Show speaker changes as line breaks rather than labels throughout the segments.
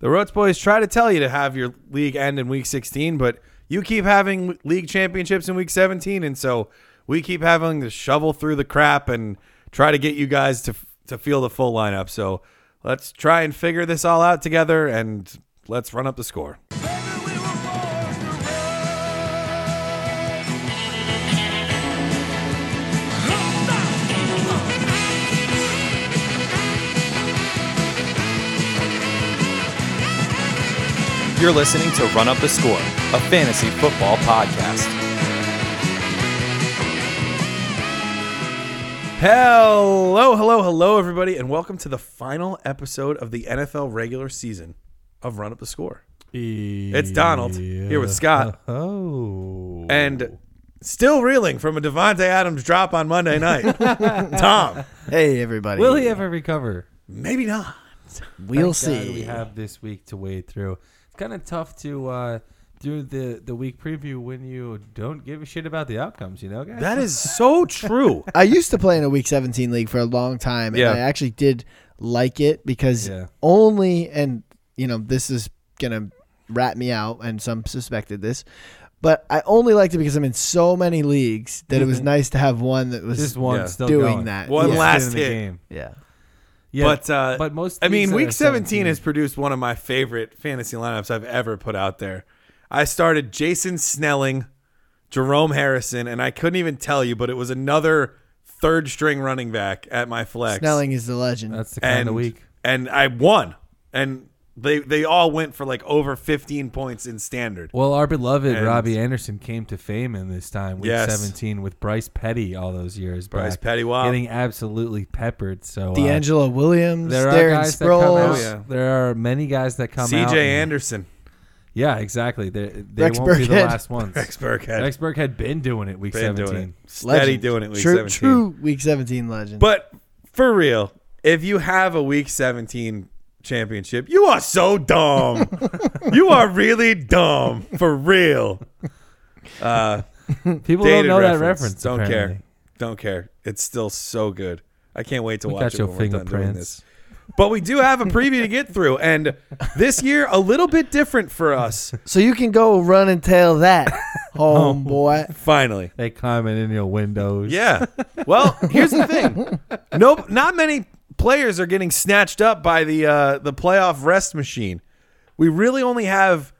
The Rhodes boys try to tell you to have your league end in week 16, but you keep having league championships in week 17, and so we keep having to shovel through the crap and try to get you guys to to feel the full lineup. So let's try and figure this all out together, and let's run up the score.
You're listening to Run Up the Score, a fantasy football podcast.
Hello, hello, hello, everybody, and welcome to the final episode of the NFL regular season of Run Up the Score. It's Donald here with Scott,
Oh.
and still reeling from a Devontae Adams drop on Monday night. Tom,
Hey everybody.
will he ever recover?
maybe not.
We'll
Thank God
see.
we have this week to wade through. It's kind of tough to uh, do the the week preview when you don't give a shit about the outcomes. You know, guys.
That is so true.
I used to play in a week 17 league for a long time and
Yeah.
I actually did like it because
Yeah.
only and you know this is going to rat me out and some suspected this but I only liked it because I'm in so many leagues that it was nice to have one that was
this one's
Yeah.
Mm-hmm. still
doing
going.
that.
One
yeah.
last-
Still in the
hit.
game.
Yeah.
Yeah,
but uh,
but most.
I mean,
leagues that
week
are
17 has produced one of my favorite fantasy lineups I've ever put out there. I started Jason Snelling, Jerome Harrison, and I couldn't even tell you, but it was another third string running back at my flex.
Snelling is the legend.
That's the kind
and
of week.
and I won, and they they all went for like over 15 points in standard.
Well, our beloved
And-
Robbie Anderson came to fame in this time, week
Yes.
17, with Bryce Petty all those years.
Bryce
back,
Petty, wow.
Getting absolutely peppered. So uh,
D'Angelo Williams,
There are
Darren
guys that come out.
Sproles,
Oh, yeah.
There are many guys that come out.
CJ
and-
Anderson,
Yeah, exactly. They're, they
Rex
won't be the
Burkhead.
last ones.
Rex Burkhead,
Rex Burke had been doing it week
been
17.
doing it, steady
legend.
doing it. Week
true,
17.
True week 17 legend.
But for real, if you have a week 17 championship, you are so dumb. you are really dumb. For real. Uh,
People don't
dated
know
reference.
that reference.
Don't
apparently.
care. Don't care. It's still so good. I can't wait to
We
watch
got
it
your
when we're done doing this.
fingerprints.
But we do have a preview to get through, and this year a little bit different for us.
so you can go run and tail that homeboy.
Finally,
They comment in your windows.
Yeah. Well, here's the thing. Nope. Not many players are getting snatched up by the uh, the playoff rest machine. We really only have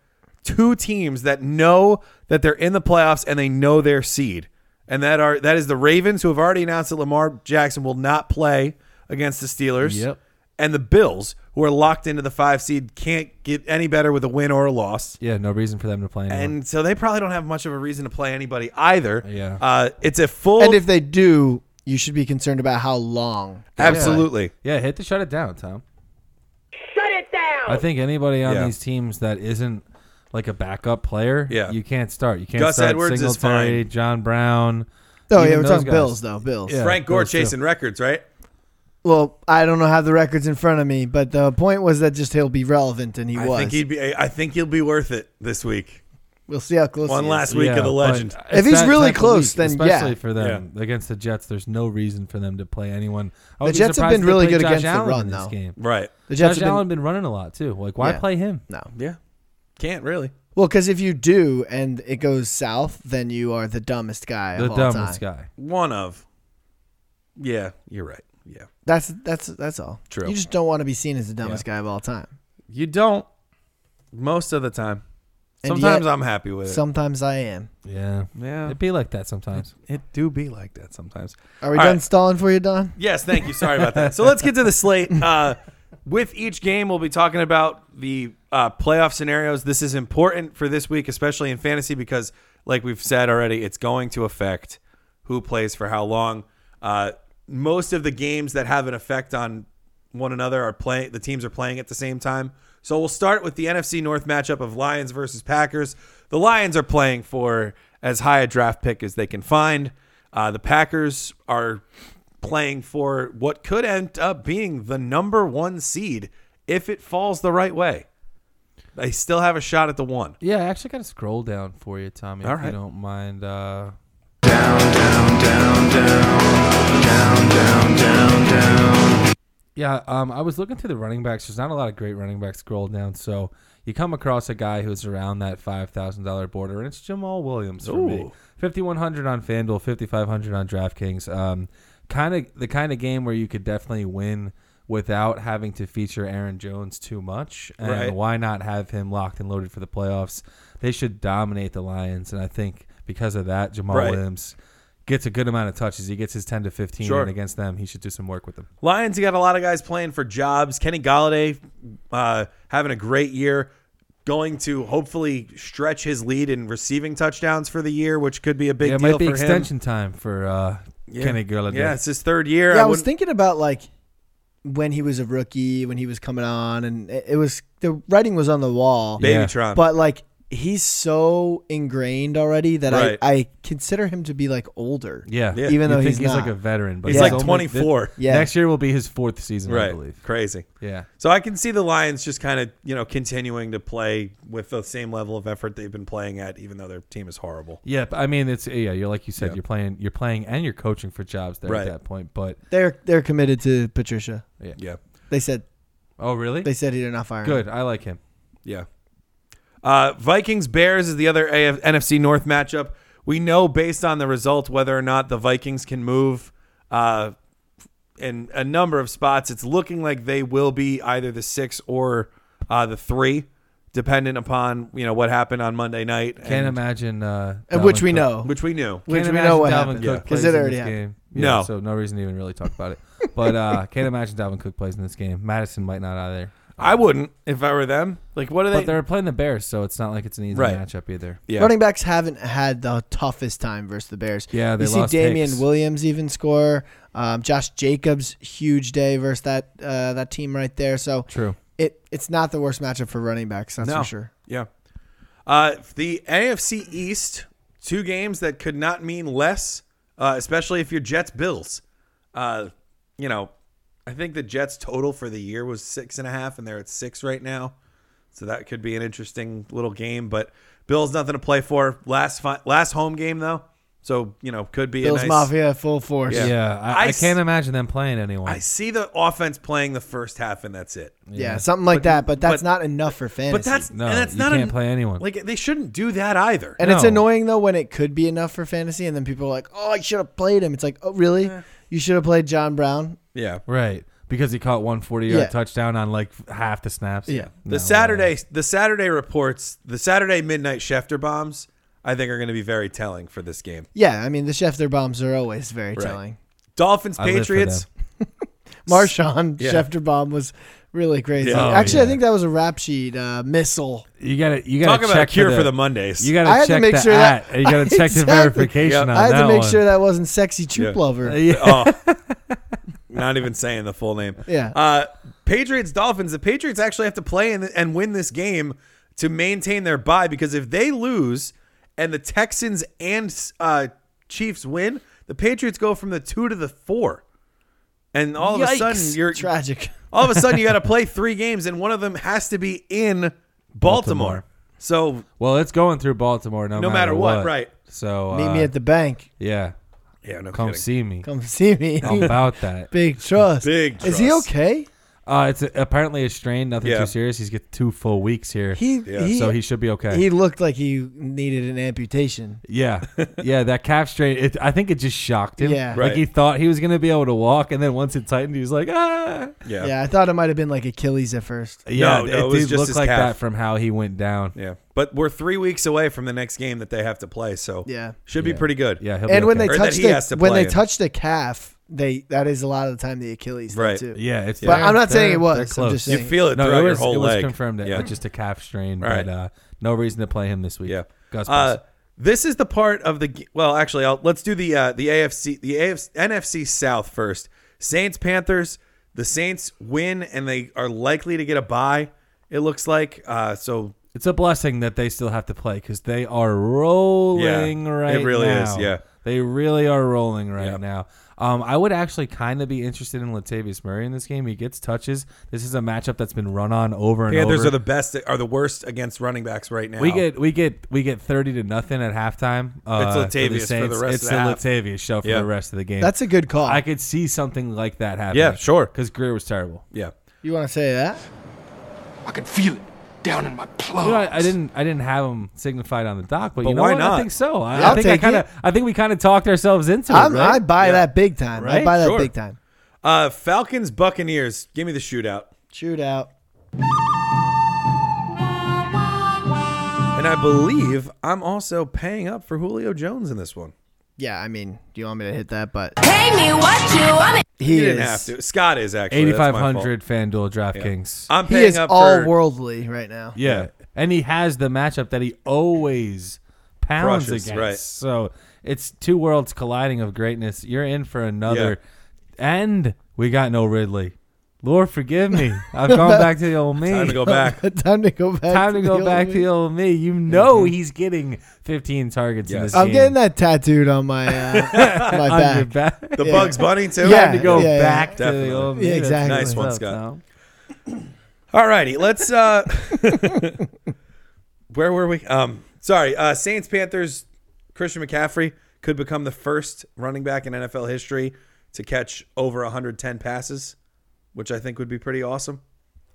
two teams that know that they're in the playoffs and they know their seed, and that are that is the Ravens, who have already announced that Lamar Jackson will not play against the Steelers.
Yep.
And the Bills, who are locked into the five seed, can't get any better with a win or a loss.
Yeah, no reason for them to play anymore.
And so they probably don't have much of a reason to play anybody either.
Yeah.
Uh, it's a full
And if they do, you should be concerned about how long.
Absolutely.
yeah, hit to shut it down, Tom.
Shut it down!
I think anybody on
Yeah.
these teams that isn't like a backup player,
Yeah.
you can't start. You can't
Gus
start
Edwards is
Singletary, John Brown.
No, yeah,
even
we're
those
talking
guys.
Bills though. Bills.
Yeah.
Frank Gore
those two.
chasing records, right?
Well, I don't know how the records in front of me, but the point was that just he'll be relevant, and he
I
was.
think he'd be. I think he'll be worth it this week.
we'll see how close.
One
he is.
last week
Yeah,
of the
but
legend.
it's
If he's
that
really
type of
close, then yeah.
especially for them against the Jets, there's no reason for them to play anyone. I would
The
be
Jets have
surprised
been
if they
really
played
good
Josh
against the
Allen in
run,
this
though.
game.
Right.
The
Josh
Jets have been-
Allen been running a lot too. Like, why
Yeah.
play him?
no.
Yeah. Can't really.
Well, because if you do and it goes south, then you are the dumbest guy.
The
of all
dumbest
time.
guy.
One of. Yeah, you're right. Yeah.
That's that's that's all.
True.
You just don't want to be seen as the dumbest guy of all time.
You don't. Most of the time.
And
Sometimes
yet-
I'm happy with it.
Sometimes I am.
Yeah.
yeah.
It'd be like that sometimes.
It do be like that sometimes.
Are we
All
done
right.
stalling for you, Don?
Yes, thank you. Sorry about that. So let's get to the slate. Uh, with each game, we'll be talking about the uh, playoff scenarios. This is important for this week, especially in fantasy, because, like we've said already, it's going to affect who plays for how long. Uh, most of the games that have an effect on one another are playing. The teams are playing at the same time. So we'll start with the NFC North matchup of Lions versus Packers. The Lions are playing for as high a draft pick as they can find. Uh, the Packers are playing for what could end up being the number one seed if it falls the right way. They still have a shot at the one.
Yeah, I actually got to scroll down for you, Tommy,
All
if
right.
you don't mind. Uh, down, down, down, down, down, down, down. Yeah, um, I was looking through the running backs. There's not a lot of great running backs scrolled down. So you come across a guy who's around that five thousand dollar border, and it's Jamal Williams for me.
Ooh.
Fifty one hundred on FanDuel, fifty five hundred on DraftKings. Um, kind of the kind of game where you could definitely win without having to feature Aaron Jones too much. And
Right.
why not have him locked and loaded for the playoffs? They should dominate the Lions, and I think because of that, Jamal
Right.
Williams gets a good amount of touches. He gets his ten to fifteen,
Sure.
and against them, he should do some work with them.
Lions, you got a lot of guys playing for jobs. Kenny Galladay uh, having a great year, going to hopefully stretch his lead in receiving touchdowns for the year, which could be a big
Yeah, it
deal
might be
for
extension time for uh,
him.
Kenny
yeah.
Galladay.
Yeah, it's his third year.
Yeah, I was
wouldn't-
thinking about like when he was a rookie, when he was coming on, and it, it was the writing was on the wall.
Yeah.
Babytron.
But like he's so ingrained already that
Right.
I, I consider him to be like older.
Yeah,
Yeah.
Even
You
though
think
he's
he's
not.
like a veteran, but
he's
Yeah.
like
It's
only-
24.
Yeah.
Next year will be his fourth season, I
right.
believe.
Crazy.
Yeah,
So I can see the Lions just kind of, you know, continuing to play with the same level of effort they've been playing at, even though their team is horrible.
yeah. but I mean, it's yeah. You're like you said,
Yeah.
you're playing, you're playing, and you're coaching for jobs there
Right.
at that point. But
They're they're committed to Patricia.
Yeah.
They said
oh, really?
they said they're not firing. him.
Good. I like him.
Yeah. Uh, Vikings Bears is the other AF- NFC North matchup. We know based on the result whether or not the Vikings can move uh, in a number of spots. It's looking like they will be either the six or uh, the three, dependent upon you know what happened on Monday night.
Can't
and-
imagine. Uh,
And which
Dalvin
we
Cook-
know,
which we knew.
which
can't
we
imagine
know what
Dalvin
happened.
Cook
because
plays
it
in
already
this
happened.
game.
No.
so no reason to even really talk about it. But uh, can't imagine Dalvin Cook plays in this game. Madison might not either.
I wouldn't if I were them. Like what are
But
they?
they're playing the Bears, so it's not like it's an easy
Right.
matchup either.
Yeah.
Running backs haven't had the toughest time versus the Bears.
Yeah, they
you see
lost
Damian
Hicks.
Williams even score. Um, Josh Jacobs huge day versus that uh, that team right there. So
True.
it it's not the worst matchup for running backs. That's
No.
for sure.
Yeah. Uh, the AFC East, two games that could not mean less, uh, especially if you're Jets Bills. Uh, you know, I think the Jets total for the year was six and a half, and they're at six right now. So that could be an interesting little game. But Bills nothing to play for. Last fi- last home game though, so you know could be
Bills
a nice.
Mafia full force.
Yeah.
Yeah,
I
I, I
s-
can't imagine them playing anyone.
I see the offense playing the first half, and that's it.
Yeah, something like that. But that's
but-
not enough for fantasy.
But that's
No,
and that's
you
not
can't
a-
play anyone.
Like they shouldn't do that either.
and it's
no.
annoying though when it could be enough for fantasy, and then people are like, "Oh, I should have played him." It's like, "Oh, really? You should have played John Brown."
yeah.
Right. Because he caught one 40 yard
Yeah.
touchdown on like f- half the snaps. uh,
Yeah.
The Saturday, the Saturday reports, the Saturday midnight Schefter bombs, I think are going to be very telling for this game.
Yeah, I mean the Schefter bombs are always very telling.
Dolphins,
I live for
Patriots.
Marshawn
Yeah.
Schefter bomb was really crazy.
Yeah.
Oh,
Actually, I
yeah.
think that was a rap sheet uh, missile.
You got to you got
Talk
to
about a
check
cure for the, Mondays.
You got
I
to
had to
check
make
the
sure that-
at, and You got to check the
Exactly.
verification
Yep.
on
I had
that
to make
one.
sure that wasn't sexy troop
Yeah.
lover.
yeah.
oh, not even saying the full name.
Yeah.
Uh, Patriots, Dolphins. The Patriots actually have to play and, and win this game to maintain their bye because if they lose and the Texans and uh, Chiefs win, the Patriots go from the two to the four. And all of a sudden,
Yikes.
you're
tragic.
all of a sudden you got to play three games and one of them has to be in baltimore,
Baltimore.
so
Well, it's going through Baltimore no,
no matter what, right
So
Meet
uh,
me at the bank.
yeah,
yeah no
come
kidding.
see me.
Come see me.
How about that.
Big trust.
Big
Is he
trust.
okay?
Uh, it's a, apparently a strain, nothing
Yeah.
too serious. He's got two full weeks here.
He,
Yeah.
he
so he should be okay.
he looked like he needed an amputation.
Yeah, yeah, that calf strain. It, I think it just shocked him.
Yeah.
Right.
like he thought he was gonna be able to walk, and then once it tightened, he was like, ah.
yeah yeah
Yeah, I thought it might have been like Achilles at first.
Yeah,
No, no, it was
did
just
look
his
like
calf.
that from how he went down.
but we're three weeks away from the next game that they have to play so
Yeah.
should be
Yeah.
pretty good
Yeah, he'll
And
be
when
okay.
they
Or that
touch
he
the
has to
when
play
they
him.
touch the calf, they that is a lot of the time the Achilles thing,
Right.
too.
yeah, it's
But
they're-
I'm not saying it
they're-
was.
they're
I'm
close.
just
you
saying.
feel it
no,
throughout
it was,
your whole
it was
leg
confirmed. It
yeah
was just a calf strain,
All right.
but uh, no reason to play him this week.
yeah
Gus
uh,
Bus.
this is the part of the g- well actually I'll, let's do the uh, the afc the AFC, nfc south first saints panthers the saints win and they are likely to get a bye it looks like uh, so
it's a blessing that they still have to play because they are rolling
Yeah, it
right now.
really is, yeah.
they really are rolling right now. Um, I would actually kind of be interested in Latavius Murray in this game. He gets touches. This is a matchup that's been run on over and over.
Panthers are the best are the worst against running backs right now.
We get we get we get thirty to nothing at halftime. Uh,
It's Latavius for the
Saints.
rest
It's
of the half.
Latavius show for
Yeah.
the rest of the game.
That's a good call.
I could see something like that happening.
Yeah, sure.
Because Greer was terrible.
yeah.
you want to say that?
I can feel it down in my plugs.
You know, I, I didn't I didn't have him signified on the dock, but,
But
you know
why
what?
not?
I think so. I,
Yeah,
I think
I'll
I
take
kind
it.
of I think we kind of talked ourselves into
I'm,
it. Right?
I buy
Yeah.
that big time. I
Right?
buy that
Sure.
big time.
Uh, Falcons Buccaneers. Give me the shootout.
Shootout.
And I believe I'm also paying up for Julio Jones in this one.
Yeah, I mean, do you want me to hit that? But
Pay me what you want.
he
You
is.
didn't have to. Scott is actually.
eighty
That's my
five
fault. Uh,
hundred FanDuel DraftKings.
I'm
He
paying
is
up
all
for
worldly right now.
Yeah. And he has the matchup that he always pounds
Crushes,
against.
right.
So it's two worlds colliding of greatness. You're in for another. And we got no Ridley. Lord, forgive me. I've gone back to the old me.
time to go back.
time to go back.
Time to
the
go
old
back
me.
to the old me. You know he's getting 15 targets in
Mm-hmm. Yes.
this
I'm
game.
getting that tattooed on my uh, my
on your
back.
back.
The Bugs Bunny too.
Yeah.
to go
yeah.
back to
Definitely.
the old me.
Yeah,
That's
exactly.
what's
Nice one,
up,
Scott.
Tom.
All righty, let's. uh Where were we? Um, sorry. Uh Saints Panthers. Christian McCaffrey could become the first running back in NFL history to catch over 110 passes, which I think would be pretty awesome.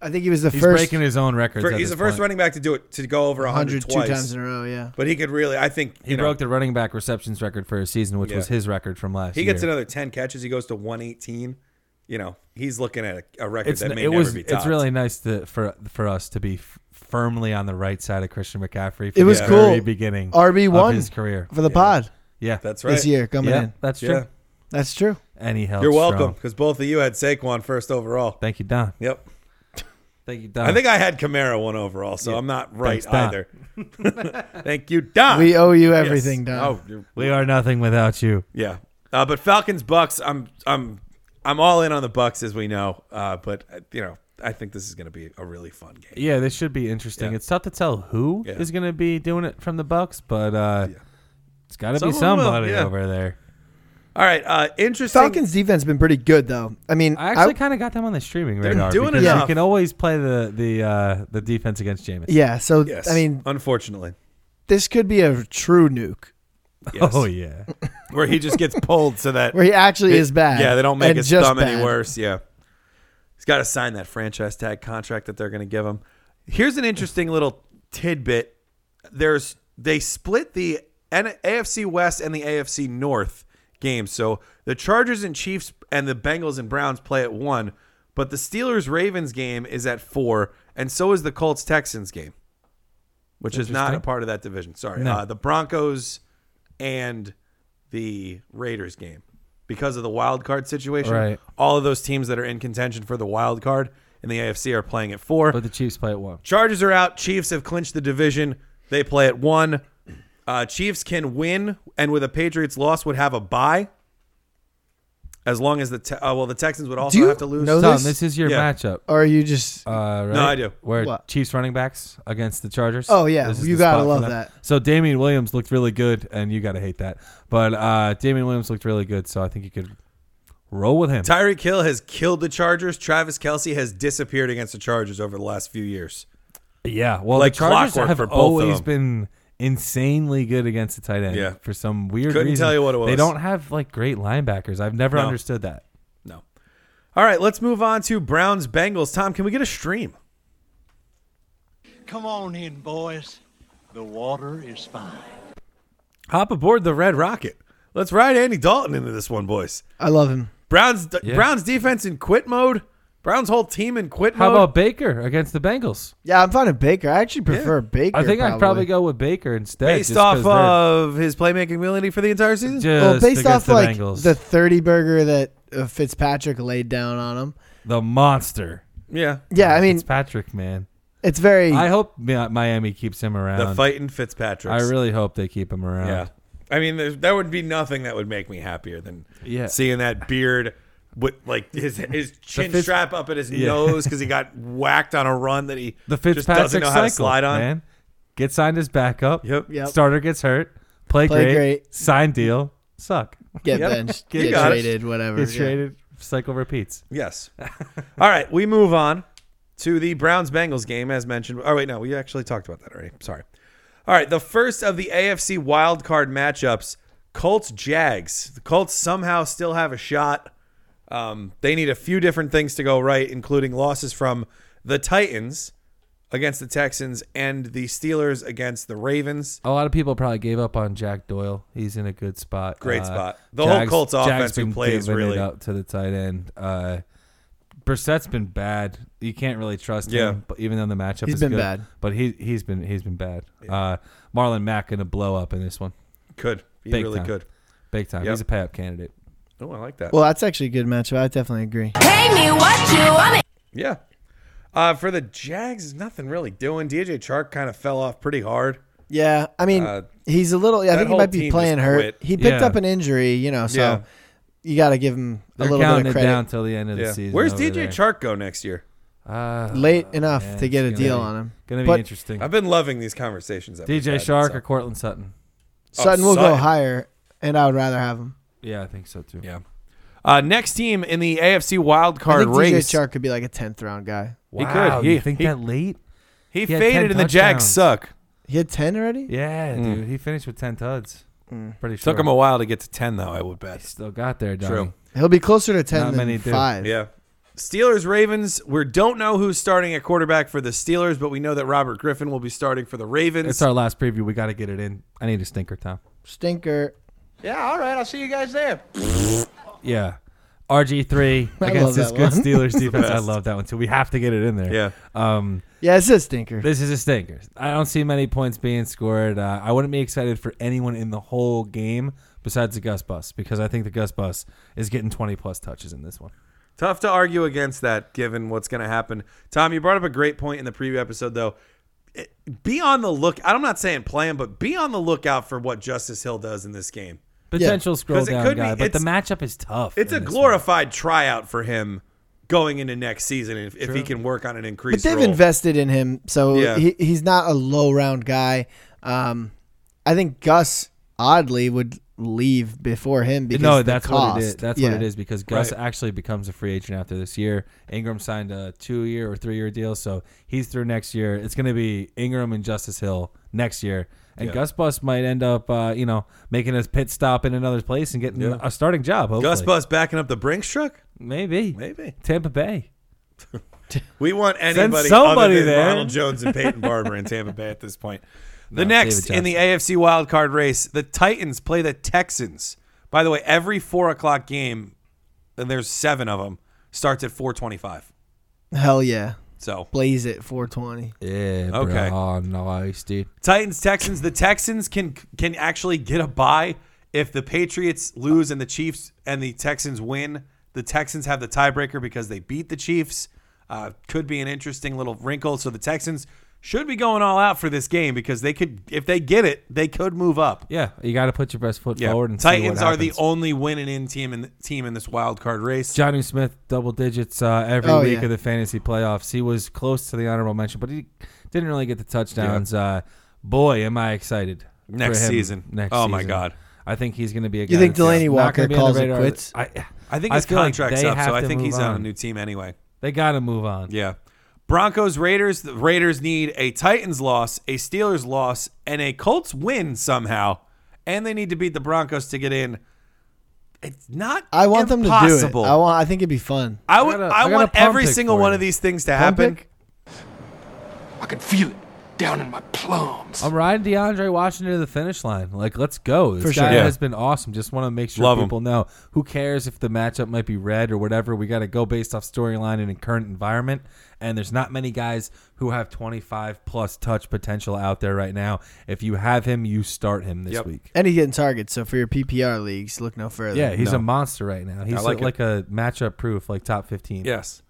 I think he was the
He's
first
breaking his own records.
For-
at
he's the
this
first
point.
running back to do it to go over 100
102
twice.
times in a row. Yeah.
but he could really, I think,
He
you know,
broke the running back receptions record for a season, which
Yeah.
was his record from last
He
year.
gets another 10 catches. He goes to 118. You know, he's looking at a, a record
it's,
that
n-
may
it
never
was
be topped.
it's really nice to for for us to be f- firmly on the right side of Christian McCaffrey. From
It was
the
cool.
very beginning
RB1
of his career.
For the pod
Yeah,
That's right.
this year coming
yeah,
in.
that's true.
Yeah.
That's true.
And he held.
You're
strong.
welcome because both of you had Saquon first overall.
Thank you, Don.
Yep.
Thank you, Don.
I think I had Kamara one overall, so I'm not right
Oh. Thanks, Don.
either. Thank you,
Ah.
Don.
We owe you
Yes.
everything, Don.
Oh, you're-
we are nothing without you.
yeah. Uh, but Falcons Bucks, I'm I'm I'm all in on the Bucks as we know. Uh, but uh, you know, I think this is going to be a really fun game.
Yeah, this should be interesting.
Yeah.
It's tough to tell who
Yeah.
going to be doing it from the Bucks, but uh,
Yeah.
it's got to be
Someone will,
somebody
yeah.
over there.
All right, uh, interesting.
Falcons defense been pretty good though. I mean,
I
I-
actually kind of got them on the streaming radar.
doing
because
enough.
You can always play the the uh, the defense against Jameis.
yeah. So
Yes.
I mean,
unfortunately,
this could be a true nuke
yes.
Oh yeah.
where he just gets pulled so that
where he actually is bad.
Yeah, they don't make
and
his
just
thumb any
bad.
worse. Yeah. He's got to sign that franchise tag contract that they're going to give him. Here's an interesting little tidbit. There's they split the N- AFC West and the AFC North games. So the Chargers and Chiefs and the Bengals and Browns play at 1, but the Steelers Ravens game is at 4 and so is the Colts Texans game, which is not a part of that division. Sorry. Uh, the Broncos and the Raiders game because of the wild card situation.
Right.
All of those teams that are in contention for the wild card in the AFC are playing at four.
But the Chiefs play at one.
Chargers are out. Chiefs have clinched the division. They play at one. Uh, Chiefs can win, and with a Patriots loss, would have a bye. As long as the te- uh, well, the Texans would also
you
have to lose.
know So
Tom,
this-
this is your
Yeah.
matchup.
Or are you just
Uh, right?
No, I do.
Where
What?
Chiefs running backs against the Chargers.
Oh, yeah.
This is
You
the
gotta
spot for
love
them.
that.
So Damian Williams looked really good, and you gotta hate that. But uh, Damian Williams looked really good, so I think you could roll with him.
Tyreek Hill has killed the Chargers. Travis Kelsey has disappeared against the Chargers over the last few years.
yeah. Well,
Like
the Chargers
clockwork
have
for both of
always
them.
been insanely good against the tight end.
Yeah.
For some weird
Couldn't
reason.
tell you what it
They
was.
don't have like great linebackers. I've never
No.
understood that.
No. All right, let's move on to Browns Bengals. Tom, can we get a stream?
Come on in, boys. The water is fine.
Hop aboard the Red Rocket. Let's ride Andy Dalton into this one, boys.
I love him.
Browns Browns defense in quit mode. Browns whole team in quit
How
mode.
about Baker against the Bengals?
Yeah, I'm fine with Baker. I actually prefer Baker.
I think I'd probably
probably
go with Baker instead.
based
just
off
'cause they're
of his playmaking ability for the entire season?
just
Well, based
against
off
the
like
Bengals.
the 30 burger that uh, Fitzpatrick laid down on him. Uh,
the monster.
yeah.
Yeah, I mean,
it's Patrick, man.
it's very.
I hope Mi- Miami keeps him around.
The fighting Fitzpatrick.
I really hope they keep him around.
yeah. I mean, there, there would be nothing that would make me happier than
Yeah.
seeing that beard with like his his chin
Fitz-
strap up at his
Yeah.
nose because he got whacked on a run that he
The
just doesn't
Fitzpatrick
know how
cycle,
to slide on.
man. Get signed as backup.
Yep.
Yep.
Starter gets hurt. Play,
Play
great.
great.
Sign deal. Suck.
Get
Yep.
benched,
You
get
got it.
traded, whatever.
Gets
yeah.
traded. Cycle repeats.
Yes. All right, we move on to the Browns Bengals game, as mentioned. Oh, wait, no, we actually talked about that already. Sorry. All right, the first of the AFC wildcard matchups Colts Jags. The Colts somehow still have a shot. Um, they need a few different things to go right, including losses from the Titans against the Texans and the Steelers against the Ravens.
A lot of people probably gave up on Jack Doyle. He's in a good spot. Uh,
Great spot. The whole Colts offense who
been
plays
giving it
really-
up to the tight end. Uh, Brissett's been bad. You can't really trust
Yeah.
him, but even though the matchup
He's
is
been
good,
bad.
but he he's been he's been bad. Uh, Marlon Mack gonna blow up in this one,
Could. Be
Big
really
time.
good.
big time.
Yep.
He's a pay up candidate.
Oh, I like that.
Well, that's actually a good matchup. I definitely agree.
Pay me what you want.
Yeah. Uh, for the Jags, there's nothing really doing. DJ Chark kind of fell off pretty hard.
Yeah, I mean,
Uh,
he's a little. I
that
think he
whole
might be
team
playing
just
hurt.
quit.
He picked
Yeah.
up an injury, you know, so
Yeah.
you got to give him a
They're
little
counting
bit of
it down
credit.
till the end of the
Yeah.
season.
Where's
over
DJ
there.
Chark go next year?
Uh,
Late enough
man,
to get a
it's
deal
gonna
on
be-
him.
Gonna be
But
interesting.
I've been loving these conversations. that we've
DJ
had,
Shark
so-
or Cortland Sutton? Oh,
Sutton will go
Sutton.
higher, and I would rather have him.
Yeah, I think so too.
Yeah. Uh, next team in the AFC wild
I
card
think
race.
DJ Chark could be like a tenth round guy.
He could.
Wow,
He-
you think
he-
that late?
He,
He had 10
faded and the Jags
touchdowns.
suck.
He had ten already.
Yeah,
Hmm.
dude. He finished with ten tuds. Pretty sure.
Took him a while to get to 10, though, I would bet.
Still got there, Donnie.
True.
He'll be closer to ten
Not
than
many do.
five.
Yeah. Steelers Ravens. We don't know who's starting at quarterback for the Steelers, but we know that Robert Griffin will be starting for the Ravens.
It's our last preview. We got to get it in. I need a stinker, Tom.
Stinker.
Yeah, all right. I'll see you guys there.
Yeah. RG three
I
against
love
this
that
good
one.
Steelers defense. I
best.
love that one too. We have to get it in there.
yeah.
Um.
Yeah, it's a stinker.
This is a stinker. I don't see many points being scored. Uh, I wouldn't be excited for anyone in the whole game besides the Gus Bus because I think the Gus Bus is getting twenty plus touches in this one.
Tough to argue against that given what's going to happen. Tom, you brought up a great point in the preview episode, though. It- Be on the look. I'm not saying play him, but be on the lookout for what Justice Hill does in this game.
Potential scroll
'Cause it
down
could be-
guy, but the
it's-
matchup is tough.
It's
in
a
this
glorified tryout for him going into next season if, if he can work on an
but
increase.
they've invested in him, so
Yeah.
he, he's not a low round guy. Um, I think Gus oddly would leave before him because
no,
the
that's
cost.
what it is. That's
yeah.
what it is because Gus actually becomes a free agent after this year. Ingram signed a two-year or three-year deal, so he's through next year. It's going to be Ingram and Justice Hill next year, and Gus Bus might end up, uh, you know, making his pit stop in another place and getting a starting job. Hopefully.
Gus Bus backing up the Brinks truck?
maybe,
Maybe.
Tampa Bay.
We want anybody
somebody
other than
there.
Ronald Jones and Peyton Barber in Tampa Bay at this point. The
David
next
Johnson.
in the AFC wildcard race, the Titans play the Texans. By the way, every four o'clock game, and there's seven of them, starts at 4:25.
Hell yeah,
So
blaze it 420.
Yeah, bro.
Okay.
Oh, nice, dude.
Titans Texans. The Texans can can actually get a bye if the Patriots lose and the Chiefs and the Texans win. The Texans have the tiebreaker because they beat the Chiefs. Uh, could be an interesting little wrinkle. So the Texans should be going all out for this game because they could, if they get it, they could move up.
Yeah, you got to put your best foot forward. And see what
Titans are the
happens.
only winning in team in team in this wild card race.
Johnny Smith double digits uh, every
Oh,
week
yeah.
of the fantasy playoffs. He was close to the honorable mention, but he didn't really get the touchdowns. Uh, boy, am I excited for
Next
him
season.
Next
Oh, my
season.
God.
I think he's going to be a.
You
guy
think
that's not
Delaney
gonna
Walker
be on the
calls it
radar.
quits?
I,
I think his
feel like
contract's
they
up,
have
so I
to
think he's
move
on a new team anyway.
They got to move on.
Yeah. Broncos Raiders. The Raiders need a Titans loss, a Steelers loss, and a Colts win somehow, and they need to beat the Broncos to get in. It's not.
I want them to
impossible.
do it. I want. I think it'd be fun.
I would. I,
I got a- I got
want
a palm
every
pick
single
for
one
you.
of these things to happen.
pick?
I can feel it down in my plums.
I'm riding DeAndre Washington to the finish line. Like, let's go. This
For
guy
sure.
Yeah.
has been awesome. Just want to make sure
Love him.
people know. Who cares if the matchup might be red or whatever? We got to go based off storyline and in current environment. And there's not many guys who have 25 plus touch potential out there right now. If you have him, you start him this
Yep.
week.
And he's getting targets. So for your PPR leagues, look no further.
Yeah, he's
No.
a monster right now. He's
like
like,
it.
a matchup proof, like top 15.
Yes.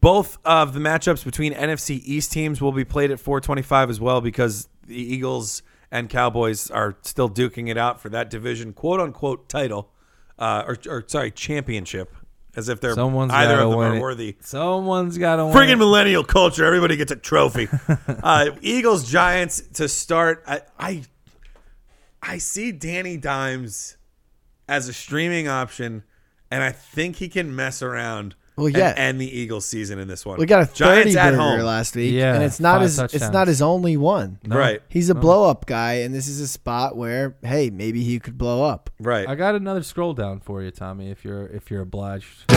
Both of the matchups between NFC East teams will be played at 425 as well because the Eagles and Cowboys are still duking it out for that division, quote unquote, title, uh, or, or sorry, championship, as if they're
Someone's
either
gotta
of them
win
are
it.
worthy.
Someone's got to win.
Friggin'
it.
millennial culture. Everybody gets a trophy. uh, Eagles, Giants to start. I, I I see Danny Dimes as a streaming option, and I think he can mess around.
Well,
and
yeah.
end the Eagles season in this one.
We got a
Giants
thirty
at
burger
home,
last week,
Yeah,
and it's not
five
his it's
touchdowns.
not his only one.
right?
He's a blow up guy, and this is a spot where hey, maybe he could blow up.
Right.
I got another scroll down for you, Tommy, if you're if you're obliged.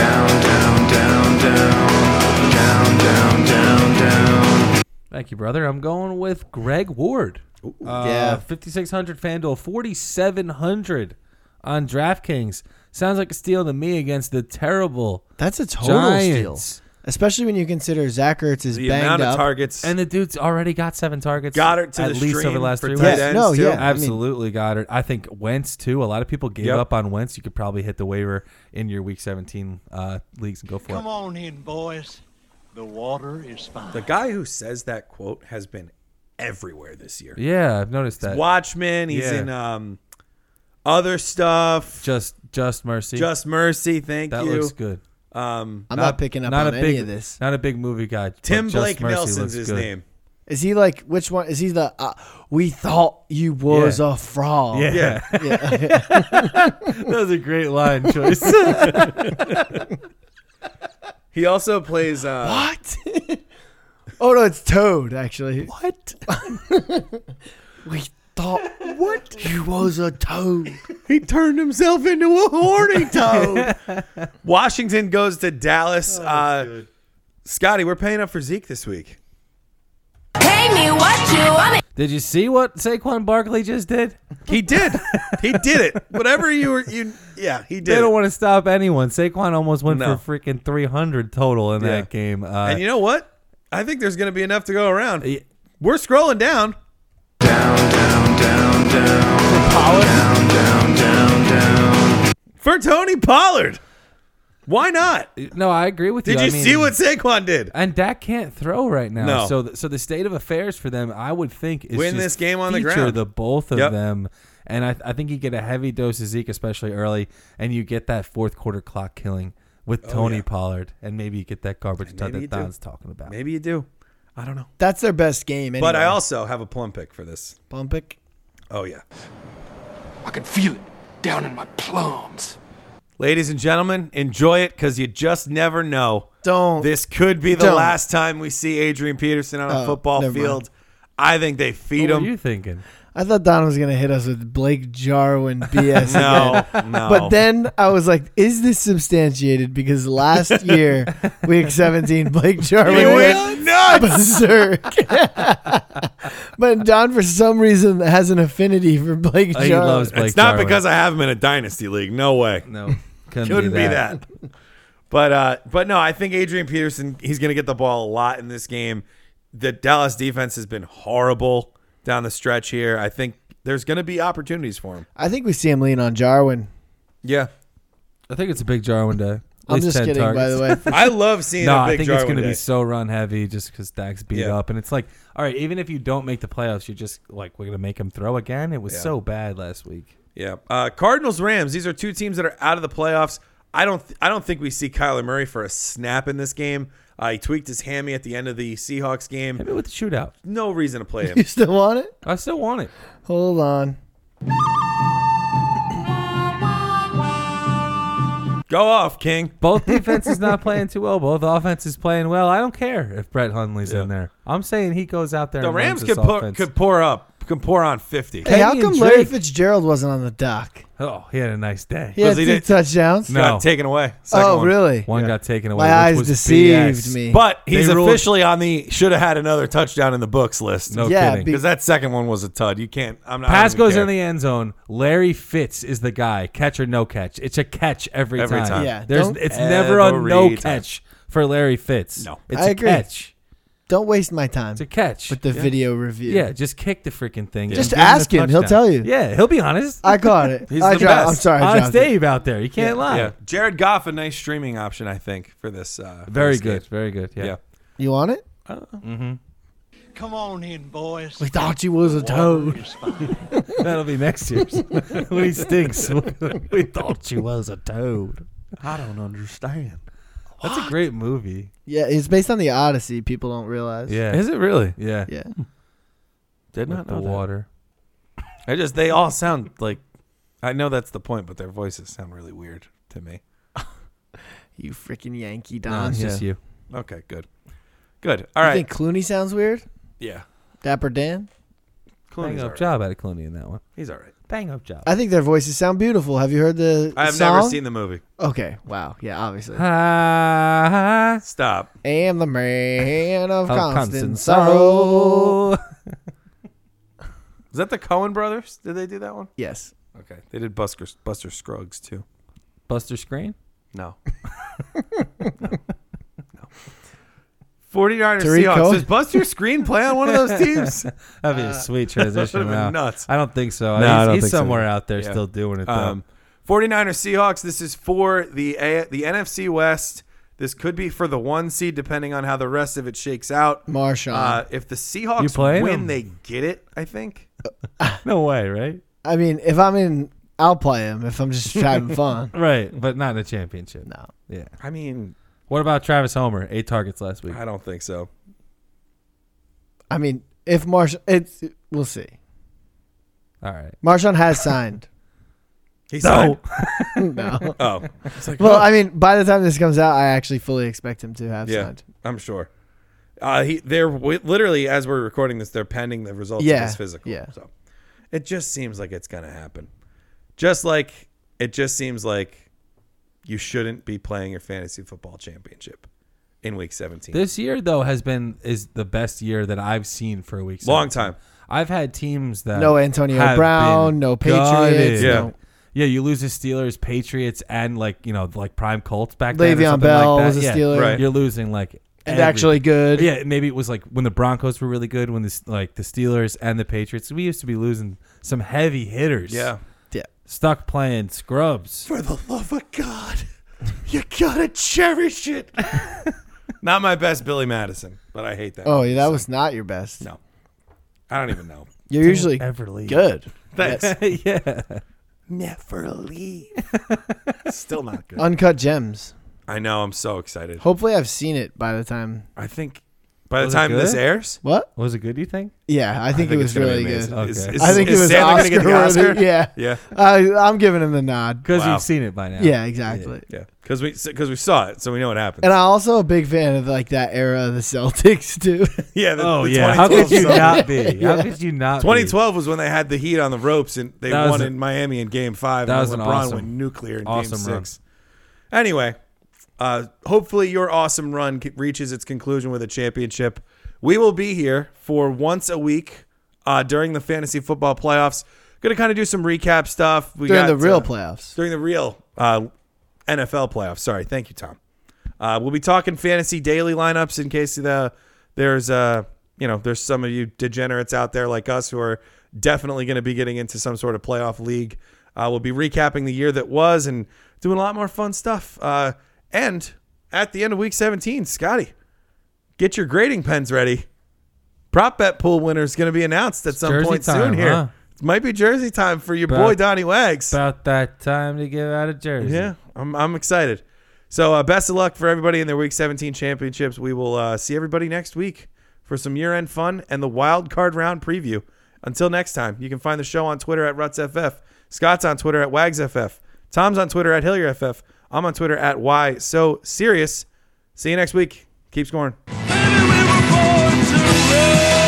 Thank you, brother. I'm going with Greg Ward. Uh,
Yeah.
5,600 FanDuel, 4,700 on DraftKings. Sounds like a steal to me against the terrible
That's a total
Giants.
steal, especially when you consider Zach Ertz is
The
banged
amount of
up.
targets
And the dude's already got seven targets.
Goddard to
at
the
least
stream
over the last
for
three
tight
weeks.
Yeah,
ends,
no,
too.
yeah. I mean-
Absolutely, Goddard. I think Wentz too. A lot of people gave
Yep.
up on Wentz. You could probably hit the waiver in your Week 17 uh, leagues and go for
Come
it.
on in, boys. The water is fine.
The guy who says that quote has been everywhere this year.
Yeah, I've noticed that.
Watchmen. He's
Yeah.
in um, other stuff.
Just, just mercy.
Just Mercy. Thank
that
you.
looks good.
Um,
I'm not, picking up
not
on
a
any
big,
of this.
Not a big movie guy. but
Tim
Just
Blake
Mercy
Nelson's his
looks good.
name.
Is he like which one? Is he the uh, we thought you was
Yeah.
a fraud?
Yeah,
Yeah.
that was a great line choice.
He also plays. Uh,
What? oh no, it's Toad actually. What? we thought what you was a toad.
he turned himself into a horny toad. Washington goes to Dallas. uh, Scotty, we're paying up for Zeke this week.
Pay me what you want it.
did you see what Saquon Barkley just did?
He did. he did it. Whatever you were, you yeah, he
They
did.
don't
it.
want to stop anyone. Saquon almost went
No.
for freaking 300 total in
Yeah.
that game. Uh,
And you know what? I think there's going to be enough to go around.
y-
We're scrolling down. Down, down, down, down, down, down, down. For Tony Pollard. Why not? Did
No, I agree with you.
you
I mean,
see what Saquon did?
And Dak can't throw right now.
No.
So, th- so the state of affairs for them, I would think, is
Win
just
this game on the
feature
ground.
The both of
Yep.
them, and I, I think you get a heavy dose of Zeke, especially early, and you get that fourth quarter clock killing with Tony
Oh, yeah.
Pollard, and maybe you get that garbage
maybe
touch
you
that
do.
Don's talking about.
Maybe you do. I don't know.
That's their best game. Anyway.
But I also have a plum pick for this.
Bumpick.
Oh, yeah.
I can feel it down in my plums.
Ladies and gentlemen, enjoy it because you just never know.
Don't.
This could be the
Don't.
last time we see Adrian Peterson on a
Oh,
football
never mind. Oh,
field. I think they feed
What
him.
are you thinking?
I thought Don was gonna hit us with Blake Jarwin BS.
No,
again.
no.
But then I was like, "Is this substantiated?" Because last year, week seventeen, Blake Jarwin
he
went
went nuts.
berserk. but Don, for some reason, has an affinity for Blake
Oh, he
Jarwin.
loves Blake.
it's not
Jarwin.
because I have him in a dynasty league. No way.
no couldn't,
Couldn't be that. But uh, but no, I think Adrian Peterson he's going to get the ball a lot in this game. The Dallas defense has been horrible down the stretch here. I think there's going to be opportunities for him.
I think we see him lean on Jarwin.
Yeah,
I think it's a big Jarwin day. At
I'm
least
just
10
kidding,
targets.
by the way.
I love seeing
No,
a
I
big
think it's
Jarwin
going to
day.
be so run heavy just because Dak's beat
Yeah.
up, and it's like, all right, even if you don't make the playoffs, you're just like, we're going to make him throw again. It was
Yeah.
so bad last week.
Yeah, uh, Cardinals Rams. These are two teams that are out of the playoffs. I don't th- I don't think we see Kyler Murray for a snap in this game. Uh, he tweaked his hammy at the end of the Seahawks game.
Maybe with the shootout,
No reason to play him.
you still want it?
I still want it.
Hold on.
Go off, King.
Both defenses not playing too well. Both offenses playing well. I don't care if Brett Hundley's in there. I'm saying he goes out there.
The
and
Rams
runs
could
this
pour,
offense.
could pour up, could pour on fifty.
Hey, how
Kenny and
come Larry
Drake.
Fitzgerald wasn't on the dock?
Oh, he had a nice day.
He had
he
two
did-
touchdowns.
No.
Got taken away. Second
Oh,
one.
really?
One got taken away.
My
which
eyes
was
deceived
BS.
me.
But he's
They ruled-
officially on the should have had another touchdown in the books list.
No
Yeah,
kidding.
be-
because that second one was a tud. You can't. I'm not. I
Pass
don't even
goes
care.
in the end zone. Larry Fitz is the guy. Catch or no catch. It's a catch every,
Every time.
Yeah,
There's
don't-
it's never a
Every
no
time.
catch for Larry Fitz.
No.
It's a
I agree.
catch.
Don't waste my time
It's a catch.
with the video review.
yeah, just kick the freaking thing. and
Just
give him the
ask him. He'll
touchdown.
tell you.
Yeah, he'll be honest.
I caught it.
He's
I
the
dropped-
best.
I'm sorry, I
honest
dropped it.
Dave out there. You can't lie.
Yeah, Jared Goff a nice streaming option, I think, for this. Uh, for
Very
this
good.
game.
Very good. Yeah.
Yeah.
You want it?
Come on in, boys.
We thought you was a
Water
toad.
is fine.
That'll be next year's. when he stinks. we thought you was a toad.
I don't understand.
That's a great movie.
Yeah, it's based on the Odyssey. People don't realize.
Yeah.
Is it really?
yeah.
Yeah.
Did
With
not
the
know that.
water.
I just they all sound like I know that's the point, but their voices sound really weird to me.
You freaking Yankee
No,
Don.
it's just you.
Okay, good, good. All
You
right,
think Clooney sounds weird?
yeah.
Dapper Dan?
Bang
Clooney's all
up
right.
job out of Clooney in that one.
He's all right.
Bang up job.
I think their voices sound beautiful. Have you heard the
I've
song?
never seen the movie.
Okay, wow. Yeah, obviously.
Ah,
Stop.
I am the man of,
of
constant, sorrow.
Is that the Cohen brothers? Did they do that one?
Yes.
Okay, they did Buster Buster Scruggs too.
Buster Screen.
No. no. no. 49ers
Tariq
Seahawks.
Cohen?
Does Buster Screen play on one of those teams?
That'd be a sweet transition.
would've been
wow.
Uh, nuts.
I don't think so.
No, I
he's,
don't
he's
think so.
somewhere out there
Yeah.
still doing it. Though.
um, 49ers Seahawks. This is for the A- the NFC West. This could be for the one seed, depending on how the rest of it shakes out.
Marshawn.
Uh, if the
You
Seahawks
playing
win,
them?
they get it. I think.
no way, right?
I mean, if I'm in, I'll play him if I'm just having fun.
Right, but not in a championship.
No.
Yeah.
I mean,
What about Travis Homer? Eight targets last week.
I don't think so.
I mean, if Marsh, it's we'll see.
All right.
Marshawn has signed.
He's
No.
no.
Oh, it's like,
Well,
oh,
I mean, by the time this comes out, I actually fully expect him to have
yeah,
signed.
I'm sure. Uh, he they're wi- literally as we're recording this, they're pending the results
Yeah,
of his physical.
yeah.
So it just seems like it's gonna happen. Just like it just seems like you shouldn't be playing your fantasy football championship in week 17.
This year though has been is the best year that I've seen for a week.
Long
seventeen.
time.
I've had teams that
No Antonio
have
Brown,
been
no Patriots,
gutted.
Yeah. no-
Yeah, you lose the Steelers, Patriots, and like you know, like prime Colts back then. or
Le'Veon
something
Bell
like that.
was a
yeah.
Steeler.
Right.
You're losing like
And
every-
actually good.
Yeah, maybe it was like when the Broncos were really good, when this like the Steelers and the Patriots. We used to be losing some heavy hitters.
yeah.
Yeah.
stuck playing scrubs.
For the love of God, you gotta cherish it. Not my best Billy Madison, but I hate that.
Oh, yeah, that was not your best.
No. I don't even know.
You're usually
ever leave.
good.
Thanks.
yeah,
Never leave. Still not good.
Uncut gems.
I know. I'm so excited.
Hopefully, I've seen it by the time.
I think by the
Was it
time this
good?
airs,
What?
was it good? You think?
Yeah, I think it
it's
was
gonna be
really
amazing.
good.
Okay.
Is,
I
is,
I think
is
it was
Sandler
Oscar.
gonna get the
worthy.
Oscar?
Yeah,
yeah,
I, I'm giving him the nod.
Because
Wow.
you've seen it by now.
Yeah, exactly.
yeah. Because we because we saw it, so we know what happened.
And I'm also a big fan of like that era of the Celtics too.
yeah. The,
Oh
the
yeah. How could you
summer.
not be? How could you not? be?
2012 was when they had the Heat on the ropes and they
That was
won
a-
in Miami in Game Five.
that
and
was an
LeBron
awesome-
went nuclear in
awesome
Game Six. Anyway, uh, hopefully your awesome run c- reaches its conclusion with a championship. We will be here for once a week uh, during the fantasy football playoffs. Going to kind of do some recap stuff. We
during the
got,
real
uh,
playoffs.
during the real uh, NFL playoffs. Sorry, thank you, Tom. Uh, we'll be talking fantasy daily lineups in case the there's uh you know there's some of you degenerates out there like us who are definitely going to be getting into some sort of playoff league. Uh, we'll be recapping the year that was and doing a lot more fun stuff. Uh, and at the end of week 17, Scotty, get your grading pens ready. Prop bet pool winner is going to be announced at some
Jersey
point soon
time,
here.
huh?
It might be jersey time for your
Bet-
boy Donnie Wags.
About that time to give out a jersey.
Yeah, I'm, I'm excited. So uh, best of luck for everybody in their Week 17 championships. We will uh, see everybody next week for some year-end fun and the wild card round preview. Until next time, you can find the show on Twitter at RutsFF. Scott's on Twitter at WagsFF. Tom's on Twitter at HillierFF. I'm on Twitter at Why So Serious. See you next week. Keep scoring.
Baby, we were born to run.